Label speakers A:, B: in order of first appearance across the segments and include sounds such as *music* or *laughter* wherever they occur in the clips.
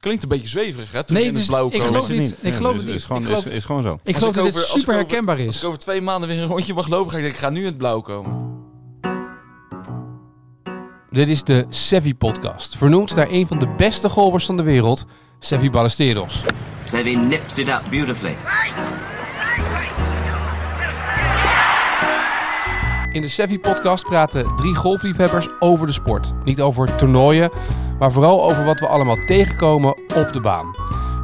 A: Klinkt een beetje zweverig, hè? Toen
B: Nee,
A: je in
B: het
A: het
B: is-
A: blauw
B: ik
A: komen.
B: geloof
A: Als
B: niet. Ik geloof
C: dus
B: het
C: Is
B: niet.
C: gewoon,
B: Ik geloof-
C: is, is gewoon zo.
B: Ik geloof dat
A: over-
B: dit
A: als ik
B: super
A: over-
B: herkenbaar is.
A: ik over twee maanden weer een rondje mag lopen, ga ik denken, ik ga nu in het blauw komen.
D: Dit is de Sevi podcast, vernoemd naar een van de beste golvers van de wereld, Sevi Ballesteros.
E: Sevi nips it up beautifully.
D: In de Sevi podcast praten drie golfliefhebbers over de sport. Niet over toernooien, maar vooral over wat we allemaal tegenkomen op de baan.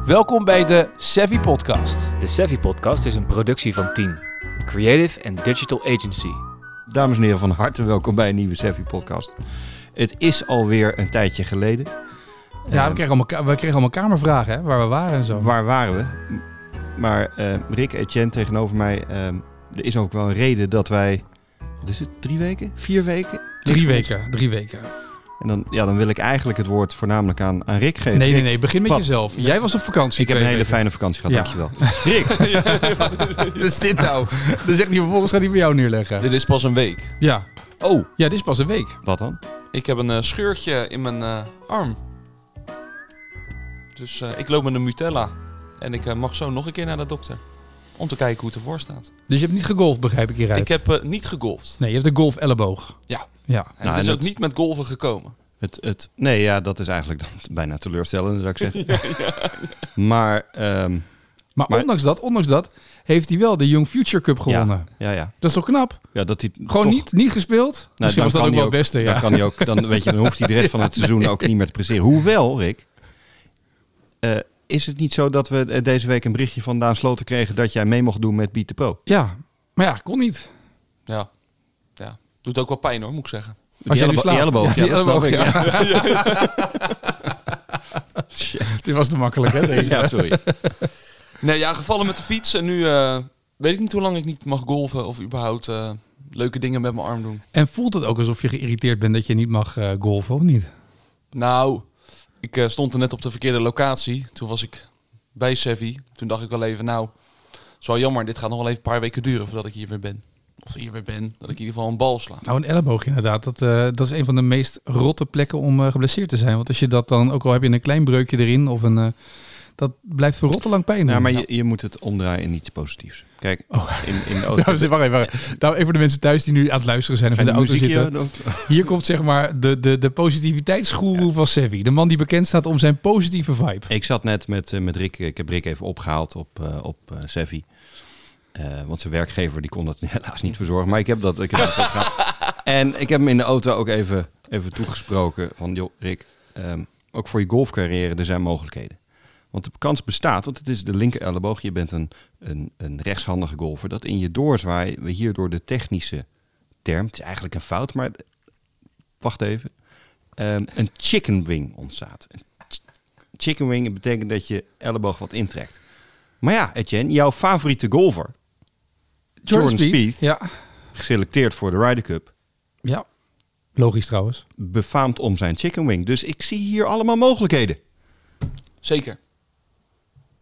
D: Welkom bij de Sevi podcast.
F: De Savvy Podcast is een productie van 10. Creative and Digital Agency.
C: Dames en heren, van harte welkom bij een nieuwe Seffi podcast. Het is alweer een tijdje geleden.
B: Ja,
C: Eh,
B: we kregen allemaal, ka- we kregen allemaal kamervragen, hè, waar we waren en zo.
C: Waar waren we? Maar eh, Rick Etienne tegenover mij, eh, er is ook wel een reden dat wij, wat is het, drie weken? Vier weken?
B: Drie weken, drie weken.
C: En dan, ja, dan wil ik eigenlijk het woord voornamelijk aan, aan Rick geven.
B: Nee, nee,
C: Rick,
B: nee, begin met
C: Wat?
B: jezelf. Jij was op vakantie
C: Ik heb een
B: twee
C: hele
B: weken.
C: fijne vakantie gehad,
B: Ja.
C: dankjewel. Rick,
B: *laughs* Wat is dit nou? Dan zegt hij vervolgens gaat hij bij jou neerleggen.
A: Dit is pas een week.
B: Ja.
C: Oh.
B: Ja, dit is pas een week.
C: wat dan?
A: Ik heb een eh, scheurtje in mijn eh, arm. Dus eh, ik loop met een Mutella. En ik eh, mag zo nog een keer naar de dokter. Om te kijken hoe het ervoor staat.
B: Dus je hebt niet gegolfd, begrijp ik hieruit.
A: Ik heb eh, niet gegolfd.
B: Nee, je hebt de golf elleboog.
A: Ja.
B: Ja.
A: En
C: Nou,
A: het is
C: en
A: ook
C: het-
A: niet met golven gekomen.
C: Het, het, nee, ja, dat is eigenlijk *laughs* dan bijna teleurstellend, zou ik
B: *laughs*
C: zeggen. Maar, ehm,
B: Maar,
C: Maar-
B: ondanks dat, ondanks dat, heeft hij wel de Young Future Cup gewonnen.
C: ja, ja.
B: Dat is toch knap?
C: ja dat hij
B: Gewoon
C: toch-
B: niet, niet gespeeld?
C: Nou,
B: Misschien was dat
C: kan
B: ook
C: hij
B: wel het beste, ja.
C: Dan, kan hij ook, dan, weet je, dan hoeft hij de rest van het seizoen ook niet meer te presteren. Hoewel, Rick, eh, is het niet zo dat we eh, deze week een berichtje van Daan Sloten kregen dat jij mee mocht doen met Beat the Pro?
B: Ja, maar ja, kon niet.
A: Ja. ja. Doet ook wel pijn hoor, moet ik zeggen.
B: Als jij nu
C: ellebo-
B: slaat.
C: die elleboog, ja,
B: die
C: dat snap
B: elleboog,
C: ik,
B: ja.
C: *laughs*
B: *laughs* Dit was te makkelijk, hè? Deze.
C: Ja, sorry.
A: Nee, ja, gevallen met de fiets. En nu eh, weet ik niet hoe lang ik niet mag golven. Of überhaupt eh, leuke dingen met mijn arm doen.
B: En voelt het ook alsof je geïrriteerd bent dat je niet mag eh, golfen, of niet?
A: Nou, ik eh, stond er net op de verkeerde locatie. Toen was ik bij Sevi. Toen dacht ik wel even, nou, het is wel jammer. Dit gaat nog wel even een paar weken duren voordat ik hier weer ben. Of hier weer ben, dat ik in ieder geval een bal sla.
B: Nou, een elleboog inderdaad. Dat, eh, dat is een van de meest rotte plekken om eh, geblesseerd te zijn. Want als je dat dan, ook al heb je een klein breukje erin of een... eh, dat blijft voor rotte lang pijn doen.
C: Nou, maar je, je moet het omdraaien in iets positiefs. Kijk,
B: Oh.
C: in,
B: *laughs*
C: in de auto.
B: Dames en heren, wacht even, wacht even. Nou, even voor de mensen thuis die nu aan het luisteren zijn of in de auto
C: muziekje
B: zitten.
C: dan?
B: Hier komt zeg maar de, de, de positiviteitsgoeroe van Sevi. De man die bekend staat om zijn positieve vibe.
C: Ik zat net met, eh, met Rick. Ik heb Rick even opgehaald op, eh op eh, Sevi. Eh, want zijn werkgever die kon dat *laughs* helaas niet verzorgen. Maar ik heb dat. Ik heb dat opgehaald. en ik heb hem in de auto ook even, even toegesproken. Van joh, Rick, ehm, ook voor je golfcarrière, er zijn mogelijkheden. Want de kans bestaat, want het is de linker elleboog. Je bent een, een, een rechtshandige golfer. Dat in je doorzwaai we hierdoor de technische term. Het is eigenlijk een fout, maar wacht even. ehm, een chicken wing ontstaat. Een ch- chicken wing betekent dat je elleboog wat intrekt. Maar ja, Etienne, jouw favoriete golfer, Jordan, Spieth,
B: Ja.
C: geselecteerd voor de Ryder Cup,
B: ja. Logisch trouwens.
C: befaamd om zijn chicken wing. Dus ik zie hier allemaal mogelijkheden.
A: Zeker.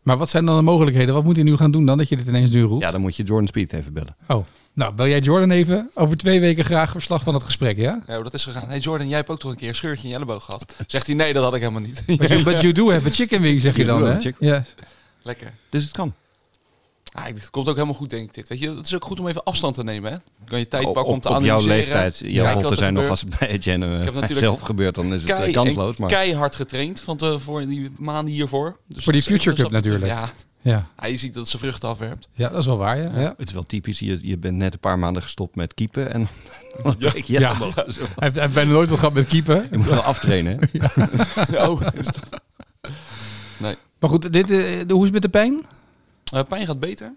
B: Maar wat zijn dan de mogelijkheden? Wat moet hij nu gaan doen dan dat je dit ineens nu roept?
C: Ja, dan moet je Jordan Spieth even bellen.
B: Oh, nou bel jij Jordan even. Over twee weken graag verslag van het gesprek, ja?
A: Ja, hoe dat is gegaan. hey Jordan, jij hebt ook toch een keer een scheurtje in je elleboog gehad? Zegt hij, nee, dat had ik helemaal
C: *laughs*
A: niet.
B: But you, but you do have a chicken wing, zeg je
C: You
B: dan,
C: do have
B: hè?
C: a chicken-
B: Ja.
A: Lekker.
C: Dus het kan.
A: Ah, ik- het komt ook helemaal goed, denk ik dit. Weet je, het is ook goed om even afstand te nemen, hè? Dan kan je tijd
C: Op,
A: pakken om
C: op,
A: te
C: op jouw
A: analyseren.
C: leeftijd, jouw
A: Kijken wat
C: hotten
A: er
C: zijn nog
A: gebeurt.
C: als het bij Etienne
A: heb
C: eh,
A: natuurlijk
C: zelf gebeurt, dan is het eh,
A: Kei-
C: kansloos.
A: en
C: Maar
A: Keihard getraind van te, voor die maanden hiervoor. Dus
B: Voor die
A: dat is even
B: Future Cup
A: een stapje-
B: natuurlijk.
A: Ja,
B: Ja.
A: Ja, je ziet dat ze vruchten
C: *laughs*
A: afwerpt.
B: ja, dat is wel waar, ja. ja.
C: het is wel typisch, je, je bent net een paar maanden gestopt met keepen en *laughs* dan breek je
B: Ja.
C: elleboog. Zo.
B: Hij heeft hij heeft bijna nooit wat gehad met keeper.
C: Je moet wel aftrainen.
A: *laughs*
C: hè?
A: Oh, is dat... Nee.
B: Maar goed, dit, eh, hoe is het met de pijn?
A: Eh, pijn gaat beter.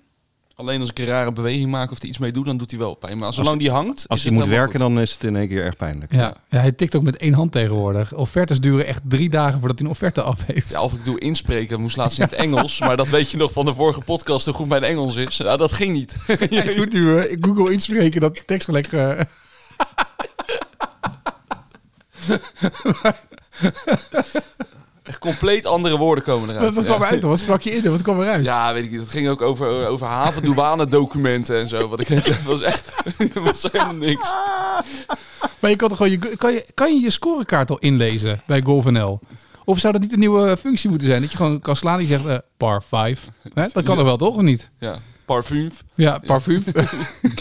A: Alleen als ik een rare beweging maak of er iets mee doe, dan doet hij wel pijn. Maar zolang die hangt, is
C: Als je
A: het
C: moet
A: helemaal
C: werken, dan is het in één keer echt pijnlijk.
B: Ja. ja, hij tikt ook met één hand tegenwoordig. Offertes duren echt drie dagen voordat hij een offerte af heeft.
A: goed.
B: *laughs*
A: Ja, of ik doe inspreken, dat moest laatst in het Engels. *laughs* Maar dat weet je nog van de vorige podcast, hoe goed mijn Engels is. Nou, dat ging niet. *laughs*
B: Hij doet nu eh, Google inspreken dat de tekst gelijk... eh, *laughs*
A: Echt compleet andere woorden komen eruit.
B: wat, wat kwam
A: ja.
B: eruit dan? Wat sprak je in en wat kwam eruit?
A: Ja, weet ik niet. Het ging ook over, over havendoebanendocumenten en zo. Wat ik, *laughs* dat was echt dat was helemaal niks.
B: Maar je kan toch gewoon je, kan je, kan je, je scorekaart al inlezen bij GolfNL? Of zou dat niet een nieuwe functie moeten zijn? Dat je gewoon kan slaan die zegt eh, par 5. Hè? Dat kan er wel toch, of niet?
A: Ja, *laughs* parfum.
B: Ja, *laughs* parfum.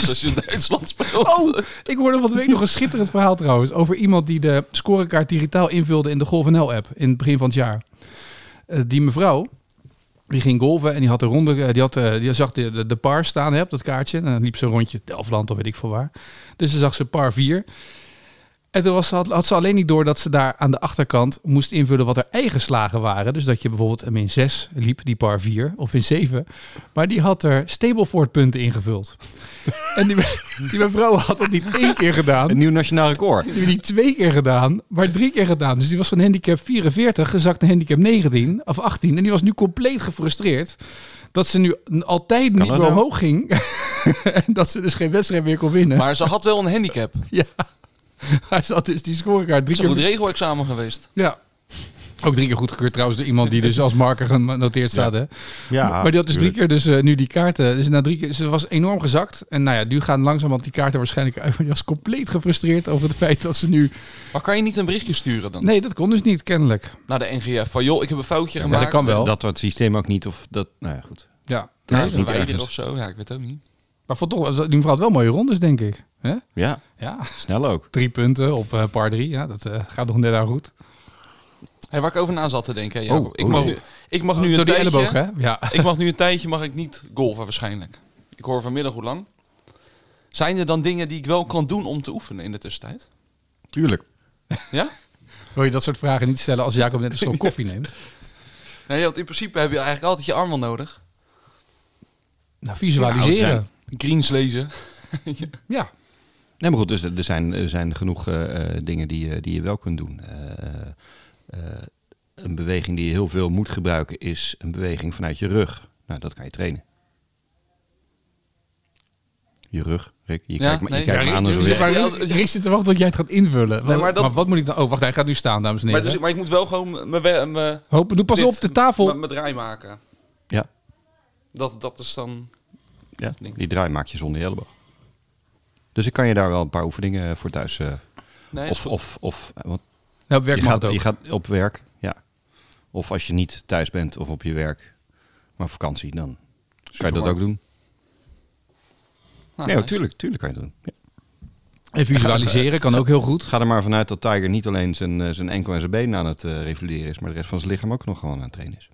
A: Als je in Duitsland speelt.
B: Oh, ik hoorde van de week nog een schitterend verhaal trouwens. Over iemand die de scorekaart digitaal invulde in de golvenl app in het begin van het jaar. Eh, die mevrouw, die ging golven en die had de ronde, eh, die, had, eh, die zag de, de, de par staan hè, op dat kaartje. En dan liep ze een rondje Delftland of weet ik veel waar. Dus ze zag ze par 4. En toen was, ze- had, had ze alleen niet door dat ze daar aan de achterkant moest invullen wat haar eigen slagen waren. Dus dat je bijvoorbeeld hem in 6 liep, die par 4, of in 7. Maar die had er Stableford punten
C: *laughs*
B: ingevuld. en die, me- die mevrouw had dat niet één keer gedaan.
C: Een nieuw nationaal record.
B: Die hebben die twee keer gedaan, maar drie keer gedaan. Dus die was van handicap 44 gezakt naar handicap 19 of 18. En die was nu compleet gefrustreerd dat ze nu n- altijd niet meer
C: dat nou?
B: omhoog ging. *laughs* en dat ze dus geen wedstrijd meer kon winnen. Maar
A: Maar ze had wel een handicap. Het
B: hij zat dus die scorekaart drie
A: is een goed
B: keer...
A: regelexamen geweest.
B: Ja. Ook drie keer goedgekeurd trouwens door iemand die dus als marker genoteerd staat. Hè?
C: Ja,
B: maar die had dus drie keer dus, eh, nu die kaarten. Dus na drie keer, ze was enorm gezakt. En nou ja, nu gaan langzamerhand die kaarten waarschijnlijk uit. Maar die was compleet gefrustreerd over het feit dat ze nu...
A: Maar kan je niet een berichtje sturen dan?
B: Nee, dat kon dus niet, kennelijk.
A: Naar de NGF. Van joh, ik heb een foutje
B: maar
A: gemaakt.
B: dat kan wel.
C: Dat wordt het systeem ook niet of dat... Nou ja, goed.
B: Ja.
A: Ja,
B: Nee,
C: is niet
A: verwijderen
C: ergens.
A: of zo. Ja, ik weet het ook niet.
B: Maar voor toch, die mevrouw had wel mooie rondes, denk ik. hè?
C: Ja,
B: Ja,
C: snel ook.
B: drie punten op eh par drie. Ja, dat eh, gaat nog net aan goed.
A: Hey, waar ik over na zat te denken. hè, Jacob.
C: Oh,
A: ik,
C: oh,
A: mag
C: oh.
A: nu, ik mag nu
B: Door
A: een
B: die
A: tijdje...
B: elleboog, hè? Ja.
A: *laughs* Ik mag nu een tijdje mag ik niet golven waarschijnlijk. Ik hoor vanmiddag hoe lang. Zijn er dan dingen die ik wel kan doen om te oefenen in de tussentijd?
C: Tuurlijk.
A: Ja?
B: Wil je dat soort vragen niet stellen als Jacob net een slok koffie neemt? Nou,
A: Nee, want in principe heb je eigenlijk altijd je arm wel nodig.
B: Nou, visualiseren.
A: Greens lezen.
B: Ja.
C: Nee, maar goed, dus er er zijn, er zijn genoeg eh, eh, dingen die, je- die je wel kunt doen. Eh, eh, een beweging die je heel veel moet gebruiken is een beweging vanuit je rug. Nou, dat kan je trainen. Je rug, Rick. Je kijkt, me- je
A: nee.
C: kijkt me
A: Ja,
C: aan
A: Rick,
C: als
A: je
C: een
A: zit
C: weer-
A: Ja,
B: Maar
A: als-
B: Rick Rick zit te wachten tot jij het gaat invullen.
A: Nee, maar
B: maar,
A: dat-
B: wat moet ik dan... Oh, wacht, hij gaat nu staan, dames en
A: Maar,
B: heren.
A: dus, maar ik moet wel gewoon mijn... we- mijn
B: Hoop, doe pas
A: dit,
B: op, de tafel.
A: Mijn, mijn draai maken.
C: Ja,
A: Dat, dat is dan...
C: ja, die draai maak je zonder je elleboog. Dus ik kan je daar wel een paar oefeningen voor thuis... eh,
A: Nee, is
C: of,
A: goed.
C: of, of, eh, want
B: Nou, op werk
C: je
B: mag
C: gaat,
B: het ook.
C: je gaat op werk, ja. Of als je niet thuis bent of op je werk, maar op vakantie, dan kan je dat ook
A: Supermarkt.
C: doen.
A: Nou,
C: nee,
A: nice.
C: tuurlijk, tuurlijk kan je dat doen. Ja.
B: En visualiseren *laughs* kan ook heel goed.
C: Ga er maar vanuit dat Tiger niet alleen zijn, eh, zijn enkel en zijn been aan het eh reguleren is, maar de rest van zijn lichaam ook nog gewoon aan het trainen is.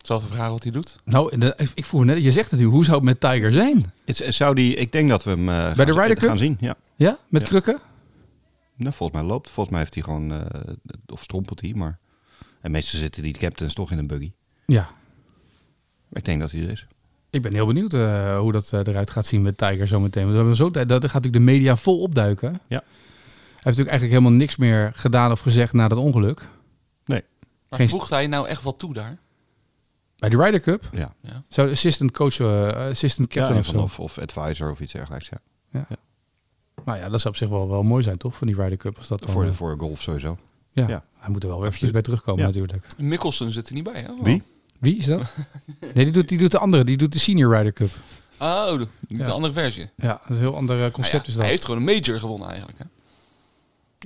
A: Zal even vragen wat hij doet?
B: Nou, de- ik- ik vroeg net... Je zegt het nu. Hoe zou het met Tiger zijn?
C: Het, eh, zou die, ik denk dat we hem eh, gaan,
B: de
C: z-
B: Ryder Cup?
C: gaan zien. Ja.
B: Ja? Met krukken?
C: Nou, volgens mij loopt. Volgens mij heeft hij gewoon, eh, of strompelt hij, maar. En meestal zitten die captains toch in een buggy.
B: Ja.
C: Maar Ik denk dat hij er is.
B: Ik ben heel benieuwd eh, hoe dat eh, eruit gaat zien met Tiger zometeen. Want we hebben zo, daar gaat natuurlijk de media vol opduiken. Hij
C: Ja.
B: heeft natuurlijk eigenlijk helemaal niks meer gedaan of gezegd na dat ongeluk.
C: Nee.
A: Maar
B: Geen-
A: voegt hij nou echt wat toe daar?
B: Bij de Ryder Cup
C: Ja.
B: zou de assistant coach, eh, assistant
C: Ja,
B: captain of
C: van-
B: zo.
C: of, of advisor of iets dergelijks. Ja.
B: Nou ja, dat zou op zich wel, wel mooi zijn toch, van die Ryder Cup. Als dat dan,
C: Voor,
B: eh,
C: voor golf sowieso.
B: ja.
C: ja.
B: hij moet er wel weer eventjes bij terugkomen
C: Ja.
B: natuurlijk.
A: Mikkelsen zit er niet bij, hè? Oh.
C: Wie?
B: Wie is
C: *laughs*
B: dat? nee, die doet, die doet de andere, die doet de senior Ryder Cup.
A: Oh, de- niet
B: Ja.
A: de andere versie. Nou
B: Ja, dat is een heel ander eh,
A: ja,
B: concept
C: Nou
A: Hij
B: is
A: heeft gewoon een major gewonnen eigenlijk, hè?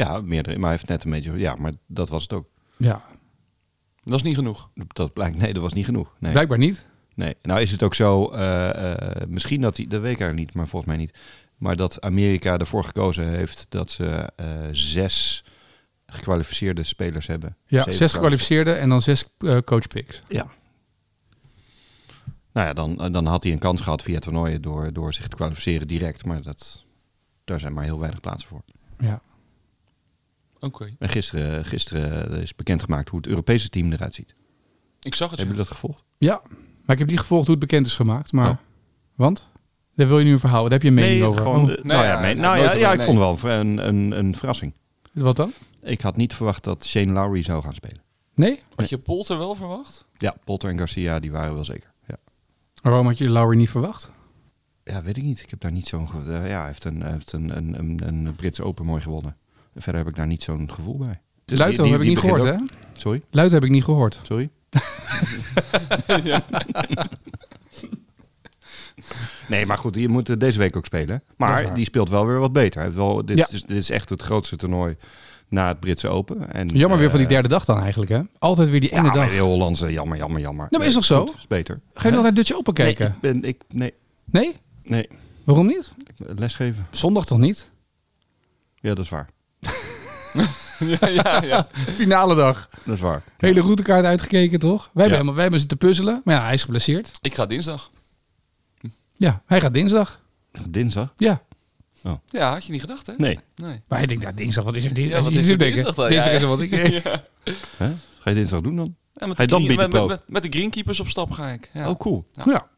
C: Ja, meerdere. Maar hij heeft net een beetje. Ja, maar dat was het ook.
B: dat. Ja,
A: Dat is niet genoeg.
C: Dat blijkt. Nee, dat was niet genoeg. Nee.
B: blijkbaar niet.
C: nee. Nou is het ook zo. eh, eh, misschien dat hij. Dat weet ik eigenlijk niet, maar volgens mij niet. Maar dat Amerika ervoor gekozen heeft dat ze eh, zes gekwalificeerde spelers hebben.
B: Ja, zes
C: Zeven trouwens.
B: gekwalificeerden en dan zes eh, coachpicks.
C: Ja. Nou ja, dan, dan had hij een kans gehad via toernooien door, door zich te kwalificeren direct. Maar dat, daar zijn maar heel weinig plaatsen voor.
B: Ja.
A: Oké.
C: En gisteren, gisteren is bekendgemaakt hoe het Europese team eruit ziet.
A: Ik zag het. ja.
C: Hebben jullie dat gevolgd?
B: Ja, maar ik heb niet gevolgd hoe het bekend is gemaakt. Maar,
C: Oh.
B: Want? Daar wil je nu een verhaal. Daar heb je een mening over.
C: gewoon.
B: Oh,
C: eh, nou ja,
A: ja,
C: nee,
A: ja,
C: nou ja,
A: boterham,
C: ja, ik
A: nee.
C: vond het wel een, een, een verrassing.
B: Wat dan?
C: Ik had niet verwacht dat Shane Lowry zou gaan spelen.
B: Nee?
A: Had je Polter wel
B: *laughs*
A: verwacht?
C: Ja, Potter en Garcia, die waren wel zeker. Ja,
B: Waarom had je Lowry niet verwacht?
C: Dus ja weet ik niet. Ik heb daar niet zo'n... ge- eh, ja, hij heeft, een, hij heeft een, een, een, een Brits Open mooi gewonnen. En verder heb ik daar niet zo'n gevoel bij. Dus
B: Luito
C: die-
B: heb ik
C: die
B: niet gehoord,
C: begint
B: hè?
C: ook- Sorry,
B: Luito heb ik niet gehoord. *laughs*
C: sorry. Nee, maar goed, je moet eh, deze week ook spelen.
B: Dat is waar.
C: Maar die speelt wel weer wat beter. Hij heeft wel, dit,
B: Ja.
C: is, dit is echt het grootste toernooi na het Britse Open. En,
B: Jammer weer van die
C: eh,
B: derde dag dan eigenlijk, hè? Altijd weer die ene
C: ja,
B: dag.
C: maar
B: Ga
C: heel Hollandse, jammer, jammer, jammer.
B: maar is toch zo?
C: goed, is beter.
B: je nog naar Dutch Open
C: Nee,
B: kijken?
C: ik ben, ik, nee,
B: Nee?
C: nee,
B: Waarom niet?
C: ik- lesgeven.
B: Zondag toch niet?
C: Ja, dat is waar.
A: ja, ja, ja.
B: Finale dag.
C: Dat is waar.
B: Hele routekaart uitgekeken, toch? Wij hebben,
C: Ja.
B: helemaal, wij hebben zitten puzzelen. Maar ja, hij is geblesseerd.
A: Ik ga dinsdag.
B: Ja, hij gaat dinsdag.
C: Dinsdag?
B: Ja.
A: Ja, had je niet gedacht, hè?
C: Nee.
A: Nee.
B: Maar hij denkt, nou, dinsdag, wat is er?
A: Ja,
B: Dinsdag,
A: wat
B: is
A: is
B: er
A: er
B: dinsdag,
A: dinsdag dan?
B: dinsdag
A: Ja,
B: is er wat ik
C: Hè? Ga je dinsdag doen dan?
A: Ja, met,
C: Ga je
A: de
C: dan
A: green-
C: bieden
A: met,
C: proef?
A: met, met de greenkeepers op stap ga ik. Ja,
C: Oh, cool.
B: Nou Ja.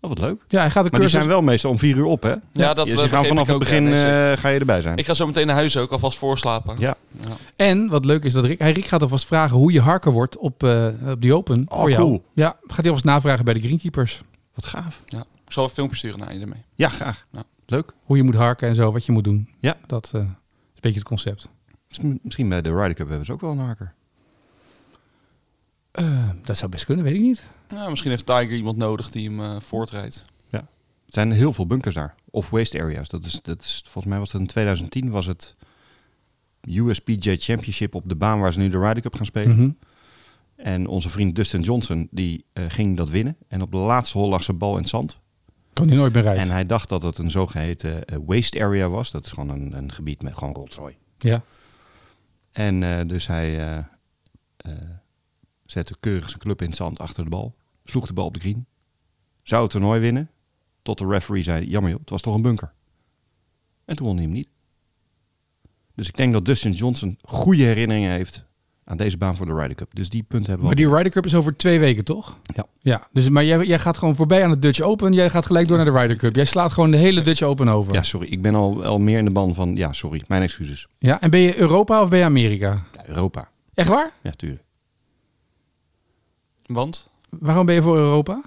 C: Oh, wat leuk.
B: ja, hij gaat de
C: Maar die
B: cursus...
C: zijn wel meestal om vier uur op, hè?
A: ja dat
C: Dus
A: eh,
C: je gaan
A: begreep
C: vanaf
A: ik
C: het
A: ook, ja,
C: begin
A: nee, zeker.
C: eh, ga je erbij zijn.
A: Ik ga zo meteen naar huis ook, alvast voorslapen.
C: Ja.
B: En wat leuk is dat Rick, hij, Rick gaat alvast vragen hoe je harker wordt op, eh, op die Open.
C: Oh,
B: voor jou.
C: cool.
B: Ja, gaat hij alvast navragen bij de greenkeepers.
C: Wat gaaf.
A: Ja. Ik zal een filmpje sturen naar je ermee.
C: Ja, graag.
A: Ja.
C: Leuk.
B: Hoe je moet harken en zo, wat je moet doen.
C: Ja.
B: Dat eh, is een beetje het concept.
C: Misschien- Misschien bij de Ryder Cup hebben ze ook wel een haker.
B: Eh, dat zou best kunnen, weet ik niet.
A: Nou, misschien heeft Tiger iemand nodig die hem eh, voortrijdt.
C: Er zijn heel veel bunkers daar. Of waste areas. Dat is, dat is, volgens mij was dat in 2010 was het USPJ Championship op de baan waar ze nu de Ryder Cup gaan spelen.
B: Mhm.
C: En onze vriend Dustin Johnson die eh, ging dat winnen. En op de laatste hol lag zijn bal in het zand.
B: Kan hij nooit meer rijden.
C: En hij dacht dat het een zogeheten eh, waste area was. Dat is gewoon een, een gebied met gewoon rotzooi.
B: Ja.
C: En eh, dus hij eh, eh, zette keurig zijn club in het zand achter de bal. Sloeg de bal op de green. Zou het toernooi winnen. Tot de referee zei, jammer joh, het was toch een bunker. En toen won hij hem niet. Dus ik denk dat Dustin Johnson goede herinneringen heeft aan deze baan voor de Ryder Cup. Dus die punten hebben we
B: Maar die Ryder Cup is over twee weken, toch?
C: Ja.
B: ja. Dus, maar jij, jij gaat gewoon voorbij aan de Dutch Open. Jij gaat gelijk door naar de Ryder Cup. Jij slaat gewoon de hele Dutch Open over.
C: Ja, sorry. Ik ben al, al meer in de ban van... Ja, sorry. Mijn excuses.
B: Ja, En ben je Europa of ben je Amerika?
C: Ja, Europa.
B: Echt waar?
C: Ja, tuurlijk.
A: Want?
B: Waarom ben je voor Europa?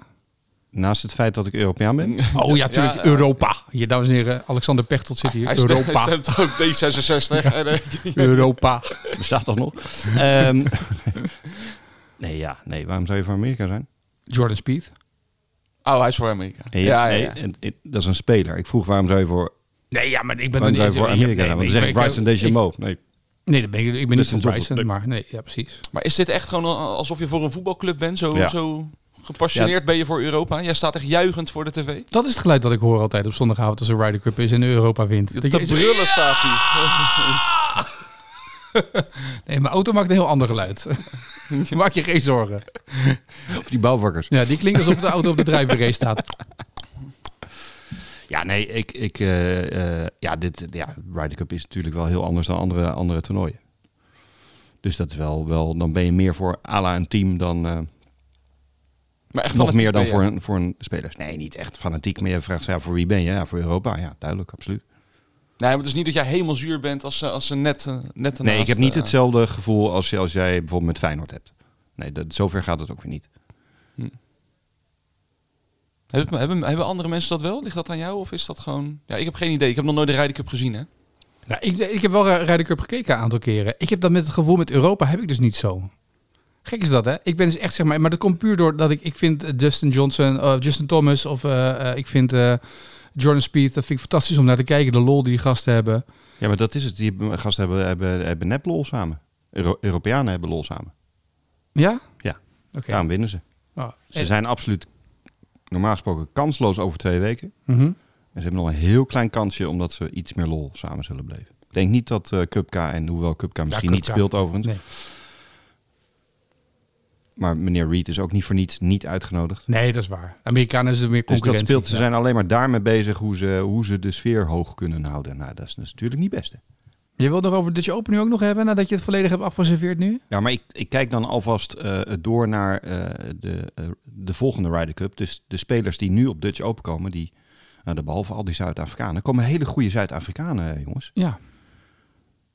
C: Naast het feit dat ik Europeaan ben...
B: *laughs* Oh ja,
A: tuurlijk,
B: Europa. Hier, dames en heren. Alexander Pechtold zit hier.
A: Hij stemt, hij
B: Europa.
A: stemt ook D66. En, eh,
B: Europa.
C: Bestaat dat nog? Ehm, *laughs* nee, ja. Nee, waarom zou je voor Amerika zijn?
B: Jordan Spieth.
A: oh, hij is voor Amerika.
C: Nee,
A: ja, ja,
C: nee,
A: ja.
C: en- en- dat is een speler. Ik vroeg waarom zou je voor,
B: Nee, ja, maar ik ben
C: waarom zou je voor Amerika
B: nee,
C: zijn? Want dan zeg
B: nee,
C: ik Bryson DeChambeau. Nee.
B: Nee, dat ben ik, ik ben niet
C: Dustin
B: van
C: Johnson.
B: Bryson, maar nee, ja, precies.
A: Maar is dit echt gewoon al- alsof je voor een voetbalclub bent? Zo,
C: Ja.
A: zo gepassioneerd ben je voor Europa? Jij staat echt juichend voor de tv?
B: Dat is het geluid dat ik hoor altijd op zondagavond als een Ryder Cup is en Europa wint. Dat
A: Te
B: je-
A: brullen staat hij.
B: Nee, mijn auto maakt een heel ander *laughs* geluid. Maak je geen zorgen.
C: Of die bouwvakkers.
B: Ja, die klinkt alsof de auto op de
C: *laughs*
B: drijfberee staat.
C: Ja, nee. Ik, ik, eh, eh, ja, dit, ja, Ryder Cup is natuurlijk wel heel anders dan andere, andere toernooien. Dus dat is wel, wel... Dan ben je meer voor à la een team dan... eh,
A: Maar echt
C: Nog
A: fanatiek
C: meer dan
A: ben je.
C: voor een, voor een spelers. Nee, niet echt fanatiek. Maar je vraagt ja, voor wie ben je? Ja, voor Europa. Ja, duidelijk, absoluut.
A: Nee, maar het is niet dat jij helemaal zuur bent als ze, als ze net, eh, net
C: Nee, ik
A: ernaast,
C: heb niet
A: eh,
C: hetzelfde gevoel als, als jij bijvoorbeeld met Feyenoord hebt. Nee, dat, zover gaat het ook weer niet.
A: Hebben, hebben, hebben andere mensen dat wel? Ligt dat aan jou of is dat gewoon... Ja, ik heb geen idee. Ik heb nog nooit de Ryder Cup gezien, hè?
B: Nou, ik, ik heb wel Ryder Cup gekeken een aantal keren. Ik heb dat met het gevoel met Europa heb ik dus niet zo. Gek is dat, hè? Ik ben dus echt, zeg maar... Maar dat komt puur door dat ik... Ik vind eh, Justin Johnson, eh, Justin Thomas of eh, eh, ik vind eh, Jordan Speed... Dat vind ik fantastisch om naar te kijken. De lol die die gasten hebben.
C: Ja, maar dat is het. Die gasten hebben, hebben, hebben nep lol samen. Euro- Europeanen hebben lol samen.
B: Ja?
C: Ja,
B: Oké.
C: daarom winnen ze.
B: Oh,
C: Ze
B: eh,
C: zijn absoluut normaal gesproken kansloos over twee weken.
B: mhm.
C: En ze hebben nog een heel klein kansje omdat ze iets meer lol samen zullen blijven. Ik denk niet dat eh Kupka, en hoewel Kupka misschien niet
B: Kupka.
C: speelt overigens.
B: Nee.
C: Maar meneer Reed is ook niet voor niets niet uitgenodigd.
B: nee, dat is waar. Amerikanen is er meer
C: Dus dat
B: concurrentie.
C: speelt, ze
B: Ja.
C: zijn alleen maar daarmee bezig hoe ze, hoe ze de sfeer hoog kunnen houden. Nou, dat is, dat is natuurlijk niet het beste.
B: Je wilt nog over Dutch Open nu ook nog hebben... nadat je het volledig hebt afgeserveerd nu?
C: Ja, maar ik, ik kijk dan alvast eh, door naar eh, de, eh, de volgende Ryder Cup. Dus de spelers die nu op Dutch Open komen, die, nou, behalve al die Zuid-Afrikanen, komen hele goede Zuid-Afrikanen, eh, jongens.
B: Ja. Maar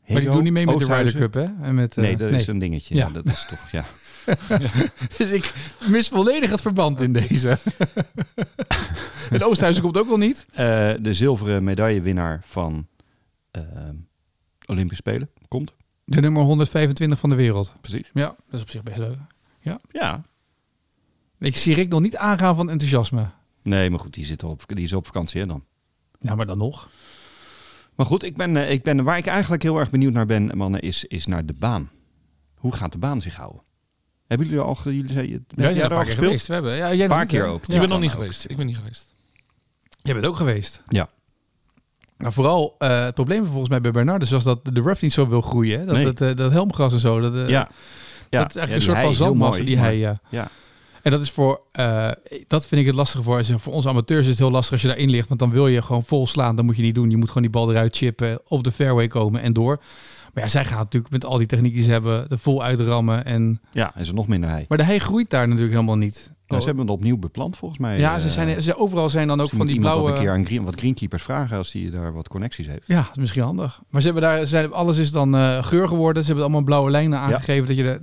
B: die
C: Hiddo,
B: doen niet mee met de Ryder
C: Oosthuizen.
B: Cup, hè? En met, eh,
C: nee, dat is een dingetje.
B: Ja.
C: Ja. dat is toch, ja.
B: *laughs* Dus ik mis volledig het verband in *laughs* deze. en Oosthuizen komt ook wel niet.
C: Eh, de zilveren medaillewinnaar van eh, Olympische Spelen komt.
B: De nummer 125 van de wereld.
C: Precies.
B: Ja, dat is op zich best leuk.
C: Ja.
B: Ik zie Rick nog niet aangaan van enthousiasme.
C: Nee, maar goed, die, zit al op, die is op vakantie hè, dan.
B: Ja, maar dan nog.
C: Maar goed, ik ben, eh, ik ben, waar ik eigenlijk heel erg benieuwd naar ben, mannen, is, is naar de baan. Hoe gaat de baan zich houden? Hebben jullie er al ge- jullie, zei- heb jij
B: Wij zijn
C: daar
B: een paar
C: al
B: keer
C: gespeeld?
B: geweest. We hebben, ja, jij
C: Een paar
B: nog niet,
C: keer
B: hè?
C: ook.
A: Ik
B: Ja.
A: ben nog
C: dan
A: niet
C: ook.
A: geweest. Ik ben niet geweest.
B: Jij bent ook geweest.
C: Ja.
B: Nou, vooral eh, het probleem volgens mij bij Bernardus was dat de rough niet zo wil groeien. hè? Dat,
C: Nee.
B: het, eh, dat helmgras en zo. Dat, eh,
C: Ja. Ja,
B: dat is eigenlijk een
C: ja, die
B: soort
C: hei
B: van
C: is heel
B: zandmassa
C: mooi,
B: die
C: maar-
B: hij... eh, ja.
C: Ja.
B: En dat is voor, eh, dat vind ik het lastige voor. Als- Voor ons amateurs is het heel lastig als je daarin ligt. Want dan wil je gewoon vol slaan. Dat moet je niet doen. Je moet gewoon die bal eruit chippen, op de fairway komen en door. Maar ja, zij gaan natuurlijk met al die techniekjes hebben, de vol uitrammen. En...
C: ja, en ze nog minder hei.
B: Maar de hei groeit daar natuurlijk helemaal niet.
C: Nou, ze hebben het opnieuw beplant volgens mij.
B: ja, ze
C: eh,
B: zijn, ze, overal zijn dan ook
C: ze
B: van
C: moet
B: die
C: iemand dat
B: blauwe...
C: een keer aan green, wat greenkeepers vragen als die daar wat connecties heeft.
B: Ja, dat is misschien handig. Maar ze hebben daar, ze hebben, alles is dan eh, geur geworden. Ze hebben allemaal blauwe lijnen aangegeven. Dat je de,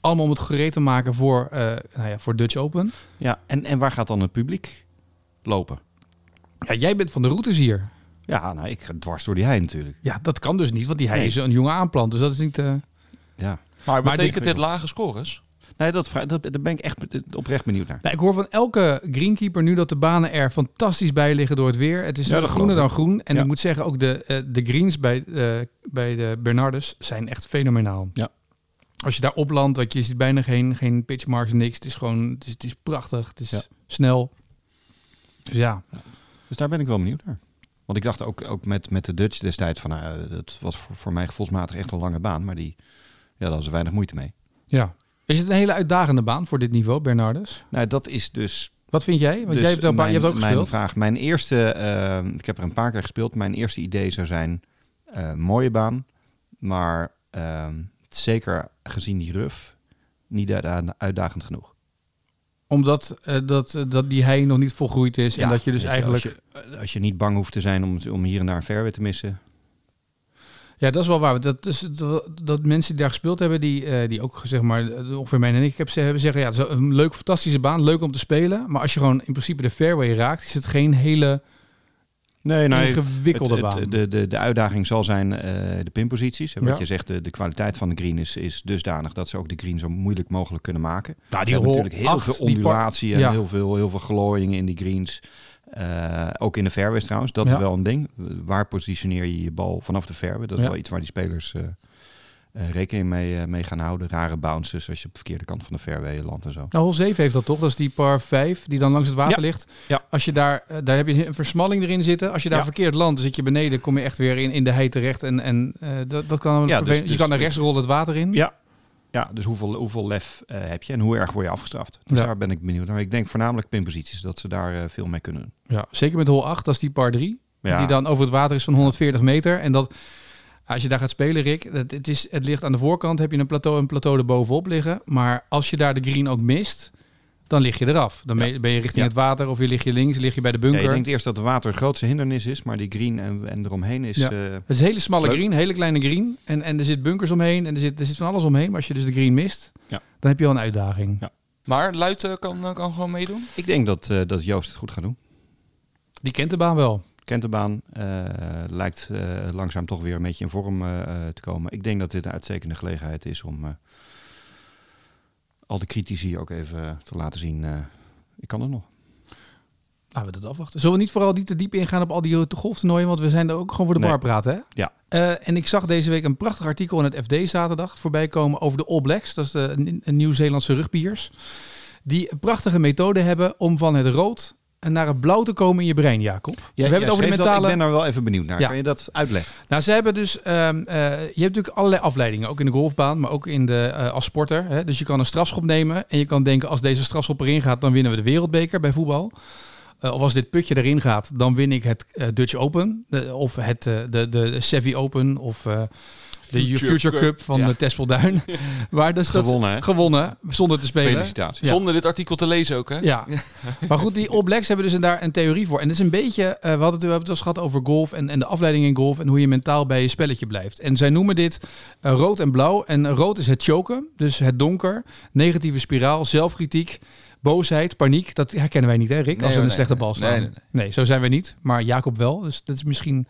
B: allemaal om het gereed te maken voor, eh, nou ja, voor Dutch Open.
C: Ja, en, en waar gaat dan het publiek lopen?
B: Ja, jij bent van de routes hier.
C: Ja, nou, ik ga dwars door die hei natuurlijk.
B: Ja, dat kan dus niet, want die hij
C: Nee.
B: is een jonge aanplant. Dus dat is niet... eh,
C: Ja.
A: Maar
B: Maar
A: betekent dit lage scores?
C: Nee, dat, vra- dat, daar ben ik echt oprecht benieuwd naar.
B: Nou, ik hoor van elke greenkeeper nu dat de banen er fantastisch bij liggen door het weer. Het is
C: Ja, dat
B: groener dan
C: geloof
B: groen. En
C: Ja.
B: ik moet zeggen, ook de, eh, de greens bij, eh, bij de Bernardus zijn echt fenomenaal.
C: Ja.
B: Als je daar op landt, dat je ziet bijna geen, geen pitchmarks, niks. Het is gewoon, het is, het is prachtig. Het is
C: Ja.
B: snel. Dus ja,
C: Dus daar ben ik wel benieuwd naar. Want ik dacht ook, ook met, met de Dutch destijds van, nou, eh, dat was voor, voor mij gevoelsmatig echt een lange baan, maar die, ja, daar hadden ze weinig moeite mee.
B: ja. Is het een hele uitdagende baan voor dit niveau, Bernardus?
C: Nou, dat is dus.
B: Wat vind jij? Want
C: dus
B: jij hebt, ook,
C: mijn,
B: je hebt ook
C: mijn
B: gespeeld.
C: vraag. Mijn eerste, eh, ik heb er een paar keer gespeeld. Mijn eerste idee zou zijn: eh, mooie baan, maar ehm, zeker gezien die ruf, niet uitda- uitdagend genoeg.
B: Omdat eh, dat, eh, dat die hei nog niet volgroeid is. en
C: Ja,
B: dat je dus
C: weet
B: eigenlijk...
C: Als je, als je niet bang hoeft te zijn om, om hier en daar een fairway te missen.
B: Ja, dat is wel waar. want Dat, is, dat, dat mensen die daar gespeeld hebben, die, eh, die ook zeg maar, eh, ongeveer mijn en ik heb ze- hebben zeggen, ja, het is een leuk, fantastische baan, leuk om te spelen. Maar als je gewoon in principe de fairway raakt, is het geen hele nou,
C: Nee,
B: ingewikkelde
C: nou, Het- het-
B: baan.
C: de, de, de uitdaging zal zijn eh, de pinposities. En wat
B: Ja.
C: je zegt, de, de kwaliteit van de green is, is dusdanig dat ze ook de green zo moeilijk mogelijk kunnen maken.
B: nou,
C: Die hebben
B: hole
C: natuurlijk heel
B: acht,
C: veel
B: die par-
C: ondulatie en
B: ja.
C: heel, veel, heel veel glooiingen in die greens. Eh, ook in de fairways trouwens, dat
B: Ja.
C: is wel een ding. Waar positioneer je je bal vanaf de fairway? Dat is
B: Ja.
C: wel iets waar die spelers eh, eh, rekening mee, eh, mee gaan houden. Rare bounces als je op de verkeerde kant van de fairway landt en zo.
B: Nou, hol 7 heeft dat toch? Dat is die par 5 die dan langs het water
C: Ja.
B: ligt.
C: Ja.
B: Als je daar, eh, daar heb je een versmalling erin zitten. Als je daar
C: Ja.
B: verkeerd landt, dan zit je beneden, kom je echt weer in, in de hei terecht. En, en eh, dat, dat kan
C: Ja,
B: ja,
C: dus-
B: Je
C: dus-
B: kan naar rechts rollen het water in.
C: Ja. Ja, dus hoeveel, hoeveel lef eh, heb je en hoe erg word je afgestraft? Dus
B: Ja.
C: daar ben ik benieuwd naar. Ik denk voornamelijk pinposities, dat ze daar eh, veel mee kunnen doen.
B: Ja, zeker met hol 8, dat is die par 3.
C: Ja.
B: Die dan over het water is van 140 meter. En dat, als je daar gaat spelen, Rick, dat, het, is, het ligt aan de voorkant. Heb je een plateau en een plateau erbovenop liggen. Maar als je daar de green ook mist, dan lig je eraf. Dan ben je- ben je richting
C: Ja.
B: het water of je lig je links, lig je bij de
C: Ja,
B: bunker.
C: je denkt eerst dat de water het grootste hindernis is, maar die green en, en eromheen is...
B: Ja.
C: eh,
B: Het is een hele smalle
C: Leuk.
B: green, hele kleine green. En, en er zit bunkers omheen en er zit, er zit van alles omheen. Maar als je dus de green mist,
C: Ja.
B: dan heb je al een uitdaging.
C: Ja.
A: Maar Luit eh, kan, eh, kan gewoon meedoen?
C: ik denk dat, eh, dat Joost het goed gaat doen.
B: Die kent de baan wel.
C: Kent de baan, eh, lijkt eh, langzaam toch weer een beetje in vorm eh, eh, te komen. Ik denk dat dit een uitstekende gelegenheid is om eh, al de critici ook even te laten zien. eh, ik kan het nog.
B: Laten we dat afwachten. Zullen we niet vooral niet te diep ingaan op al die golftoernooien? Want we zijn er ook gewoon voor de
C: Nee.
B: bar praten, hè?
C: Ja.
B: Eh, en ik zag deze week een prachtig artikel in het FD zaterdag voorbij komen over de All Blacks. Dat is de Ni- Nieuw-Zeelandse rugbiers. Die een prachtige methode hebben om van het rood naar het blauw te komen in je brein, Jacob. we hebben het over de
C: schreef dat.
B: mentale...
C: ik ben daar wel even benieuwd naar.
B: Ja.
C: Kan je dat uitleggen?
B: Nou, ze hebben dus. ehm, eh, je hebt natuurlijk allerlei afleidingen, ook in de golfbaan, maar ook in de, eh, als sporter. Hè? Dus je kan een strafschop nemen en je kan denken: als deze strafschop erin gaat, dan winnen we de wereldbeker bij voetbal. Eh, of als dit putje erin gaat, dan win ik het eh, Dutch Open. De- of het, eh, de, de, de Sevi Open. Of eh, de Future,
A: Future
B: Cup,
A: Cup.
B: van
A: Ja. *laughs*
B: de Tespelduin. Maar dus dat-
C: Gewonnen, hè?
B: Gewonnen, zonder te spelen.
C: Felicitaties.
B: Ja.
A: Zonder dit artikel te lezen ook, hè? *laughs*
B: Ja. Maar goed, die All Blacks hebben dus een- daar een theorie voor. En het is een beetje, eh, we hadden het, we hebben het al eens gehad over golf en, en de afleiding in golf en hoe je mentaal bij je spelletje blijft. En zij noemen dit eh, rood en blauw. En rood is het choken, dus het donker, negatieve spiraal, zelfkritiek, boosheid, paniek. Dat herkennen wij niet, hè Rick,
A: Nee,
B: als we
A: hoor,
B: een
A: nee,
B: slechte
A: nee.
B: bal slaan.
A: Nee, nee,
B: nee, zo zijn we niet. Maar Jacob wel, dus dat is misschien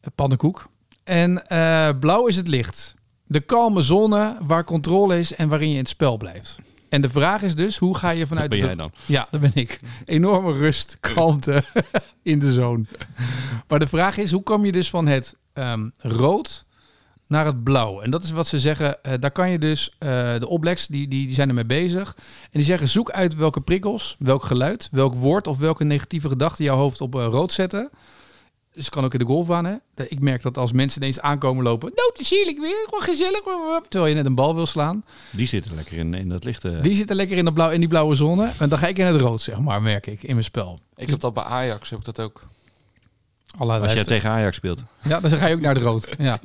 B: een pannenkoek. En eh, blauw is het licht. De kalme zone waar controle is en waarin je in het spel blijft. En de vraag is dus, hoe ga je
C: Dat
B: vanuit
C: ben
B: de
C: jij dan.
B: ja, dat ben ik. Enorme rust, kalmte in de zone. Maar de vraag is, hoe kom je dus van het ehm, rood naar het blauw? En dat is wat ze zeggen. eh, daar kan je dus, eh, de Oblex, die, die, die zijn ermee bezig. En die zeggen, zoek uit welke prikkels, welk geluid, welk woord of welke negatieve gedachten jouw hoofd op eh, rood zetten. Dus het kan ook in de golfbaan, hè? Dat- Ik merk dat als mensen ineens aankomen lopen... Nou, te zielig weer, gewoon gezellig. Terwijl je net een bal wil slaan.
C: Die zitten lekker in, in dat eh, lichte...
B: Die zitten lekker in, de blauw, in die blauwe zone. En dan ga ik in het rood, zeg maar, merk ik, in mijn spel.
A: Ik heb dat bij Ajax, heb ik dat ook.
B: Allerlei
C: als jij
B: lijsten.
C: tegen Ajax speelt.
B: Ja, dan ga je ook naar het rood. Ja.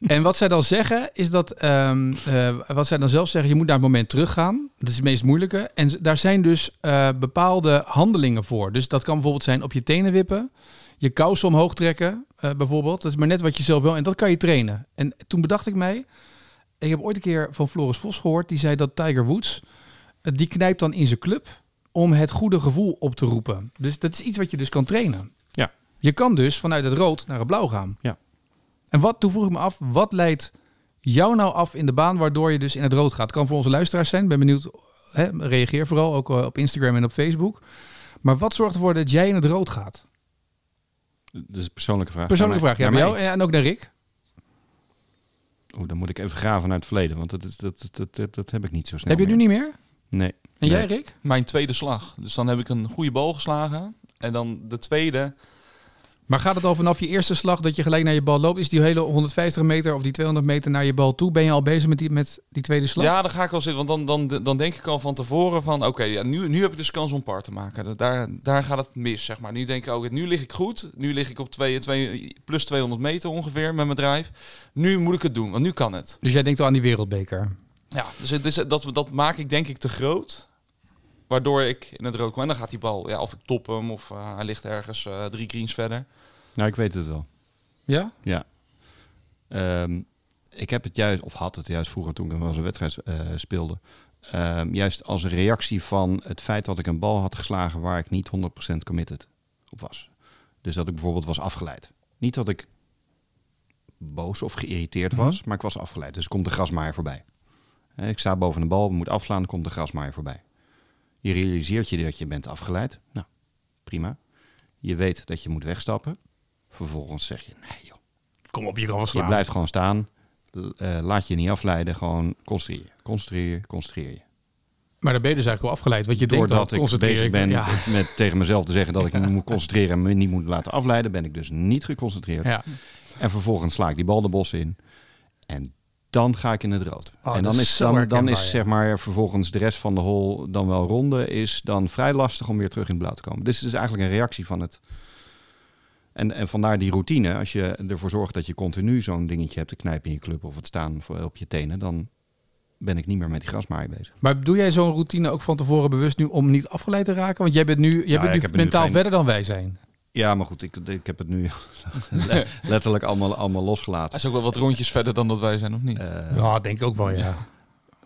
B: En wat zij dan zeggen, is dat... ehm, eh, wat zij dan zelf zeggen, je moet naar het moment teruggaan. Dat is het meest moeilijke. En z- daar zijn dus eh, bepaalde handelingen voor. Dus dat kan bijvoorbeeld zijn op je tenen wippen. Je kousen omhoog trekken, eh, bijvoorbeeld. Dat is maar net wat je zelf wil. En dat kan je trainen. En toen bedacht ik mij... Ik heb ooit een keer van Floris Vos gehoord. Die zei dat Tiger Woods... eh, Die knijpt dan in zijn club om het goede gevoel op te roepen. Dus dat is iets wat je dus kan trainen.
C: Ja.
B: Je kan dus vanuit het rood naar het blauw gaan.
C: Ja.
B: En wat, toen vroeg ik me af, wat leidt jou nou af in de baan waardoor je dus in het rood gaat? kan voor onze luisteraars zijn, ben benieuwd. Hè, reageer vooral ook eh, op Instagram en op Facebook. Maar wat zorgt ervoor dat jij in het rood gaat?
C: Dat is een persoonlijke vraag.
B: Persoonlijke
C: Naar
B: vraag,
C: mij-
B: ja, bij
C: naar
B: jou en ook naar Rick.
C: mij. Oeh, dan moet ik even graven naar het verleden, want dat, is- dat, dat, dat, dat heb ik niet zo snel
B: Heb je het nu niet meer?
C: niet? Nee.
B: En
C: Nee.
B: jij, Rick?
A: Mijn tweede slag. Dus dan heb ik een goede bal geslagen. En dan de tweede.
B: Maar gaat het al vanaf je eerste slag dat je gelijk naar je bal loopt? Is die hele 150 meter of die 200 meter naar je bal toe? Ben je al bezig met die, met die tweede slag?
A: Ja, dan ga ik al zitten. Want dan, dan, dan denk ik al van tevoren van... Oké, ja, nu, nu heb ik dus kans om par te maken. Dat- Daar, daar gaat het mis, zeg maar. Nu denk ik ook, nu lig ik goed. Nu lig ik op twee, twee, plus 200 meter ongeveer met mijn drijf. Nu moet ik het doen, want nu kan het.
B: Dus jij denkt al aan die wereldbeker.
A: Ja, dus het is, dat, dat maak ik denk ik te groot. Waardoor ik in het rood kom. En dan gaat die bal. Ja, of ik top hem, of eh, hij ligt ergens eh, drie greens verder.
C: Nou, ik weet het wel.
B: Ja?
C: Ja. Ehm, ik heb het juist, of had het juist vroeger toen ik wel eens een wedstrijd eh, speelde. ehm, juist als een reactie van het feit dat ik een bal had geslagen waar ik niet 100% committed op was. Dus dat ik bijvoorbeeld was afgeleid. Niet dat ik boos of geïrriteerd was, maar ik was afgeleid. Dus komt de grasmaaier voorbij. Hè, Ik sta boven de bal, moet afslaan, dan komt de grasmaaier voorbij. Je realiseert je dat je bent afgeleid. Nou, prima. Je weet dat je moet wegstappen. Vervolgens zeg je, nee joh,
B: Kom op, je kan wel
C: je blijft gewoon staan. L- eh, laat je niet afleiden. Gewoon concentreer je. Concentreer je. Concentreer je.
B: Maar dan ben je dus eigenlijk wel afgeleid. Want je denkt
C: Doordat
B: al,
C: ik
B: concentreer
C: bezig
B: ik-
C: ben
B: Ja.
C: met tegen mezelf te zeggen
B: *laughs*
C: dat ik me moet concentreren en me niet moet laten afleiden, ben ik dus niet geconcentreerd.
B: Ja.
C: En vervolgens sla ik die bal de bos in. En dan ga ik in het rood.
B: Oh,
C: en
B: dat is
C: dan is,
B: zo
C: dan, dan
B: herkenbaar,
C: is
B: ja.
C: zeg maar vervolgens de rest van de hol dan wel ronde, is dan vrij lastig om weer terug in het blauw te komen. Dus het is eigenlijk een reactie van het. En, en vandaar die routine. Als je ervoor zorgt dat je continu zo'n dingetje hebt te knijpen in je club of het staan voor- op je tenen, dan ben ik niet meer met die grasmaaier bezig.
B: Maar doe jij zo'n routine ook van tevoren bewust nu om niet afgeleid te raken? Want jij bent nu, jij
C: ja,
B: bent
C: ik
B: nu
C: heb nu
B: mentaal
C: geen-
B: verder dan wij zijn.
C: Ja, maar goed, ik, ik heb het nu *laughs* letterlijk allemaal, allemaal losgelaten.
A: Hij is ook wel wat rondjes verder dan dat wij zijn, of niet?
C: Eh,
B: ja, denk ik ook wel, ja.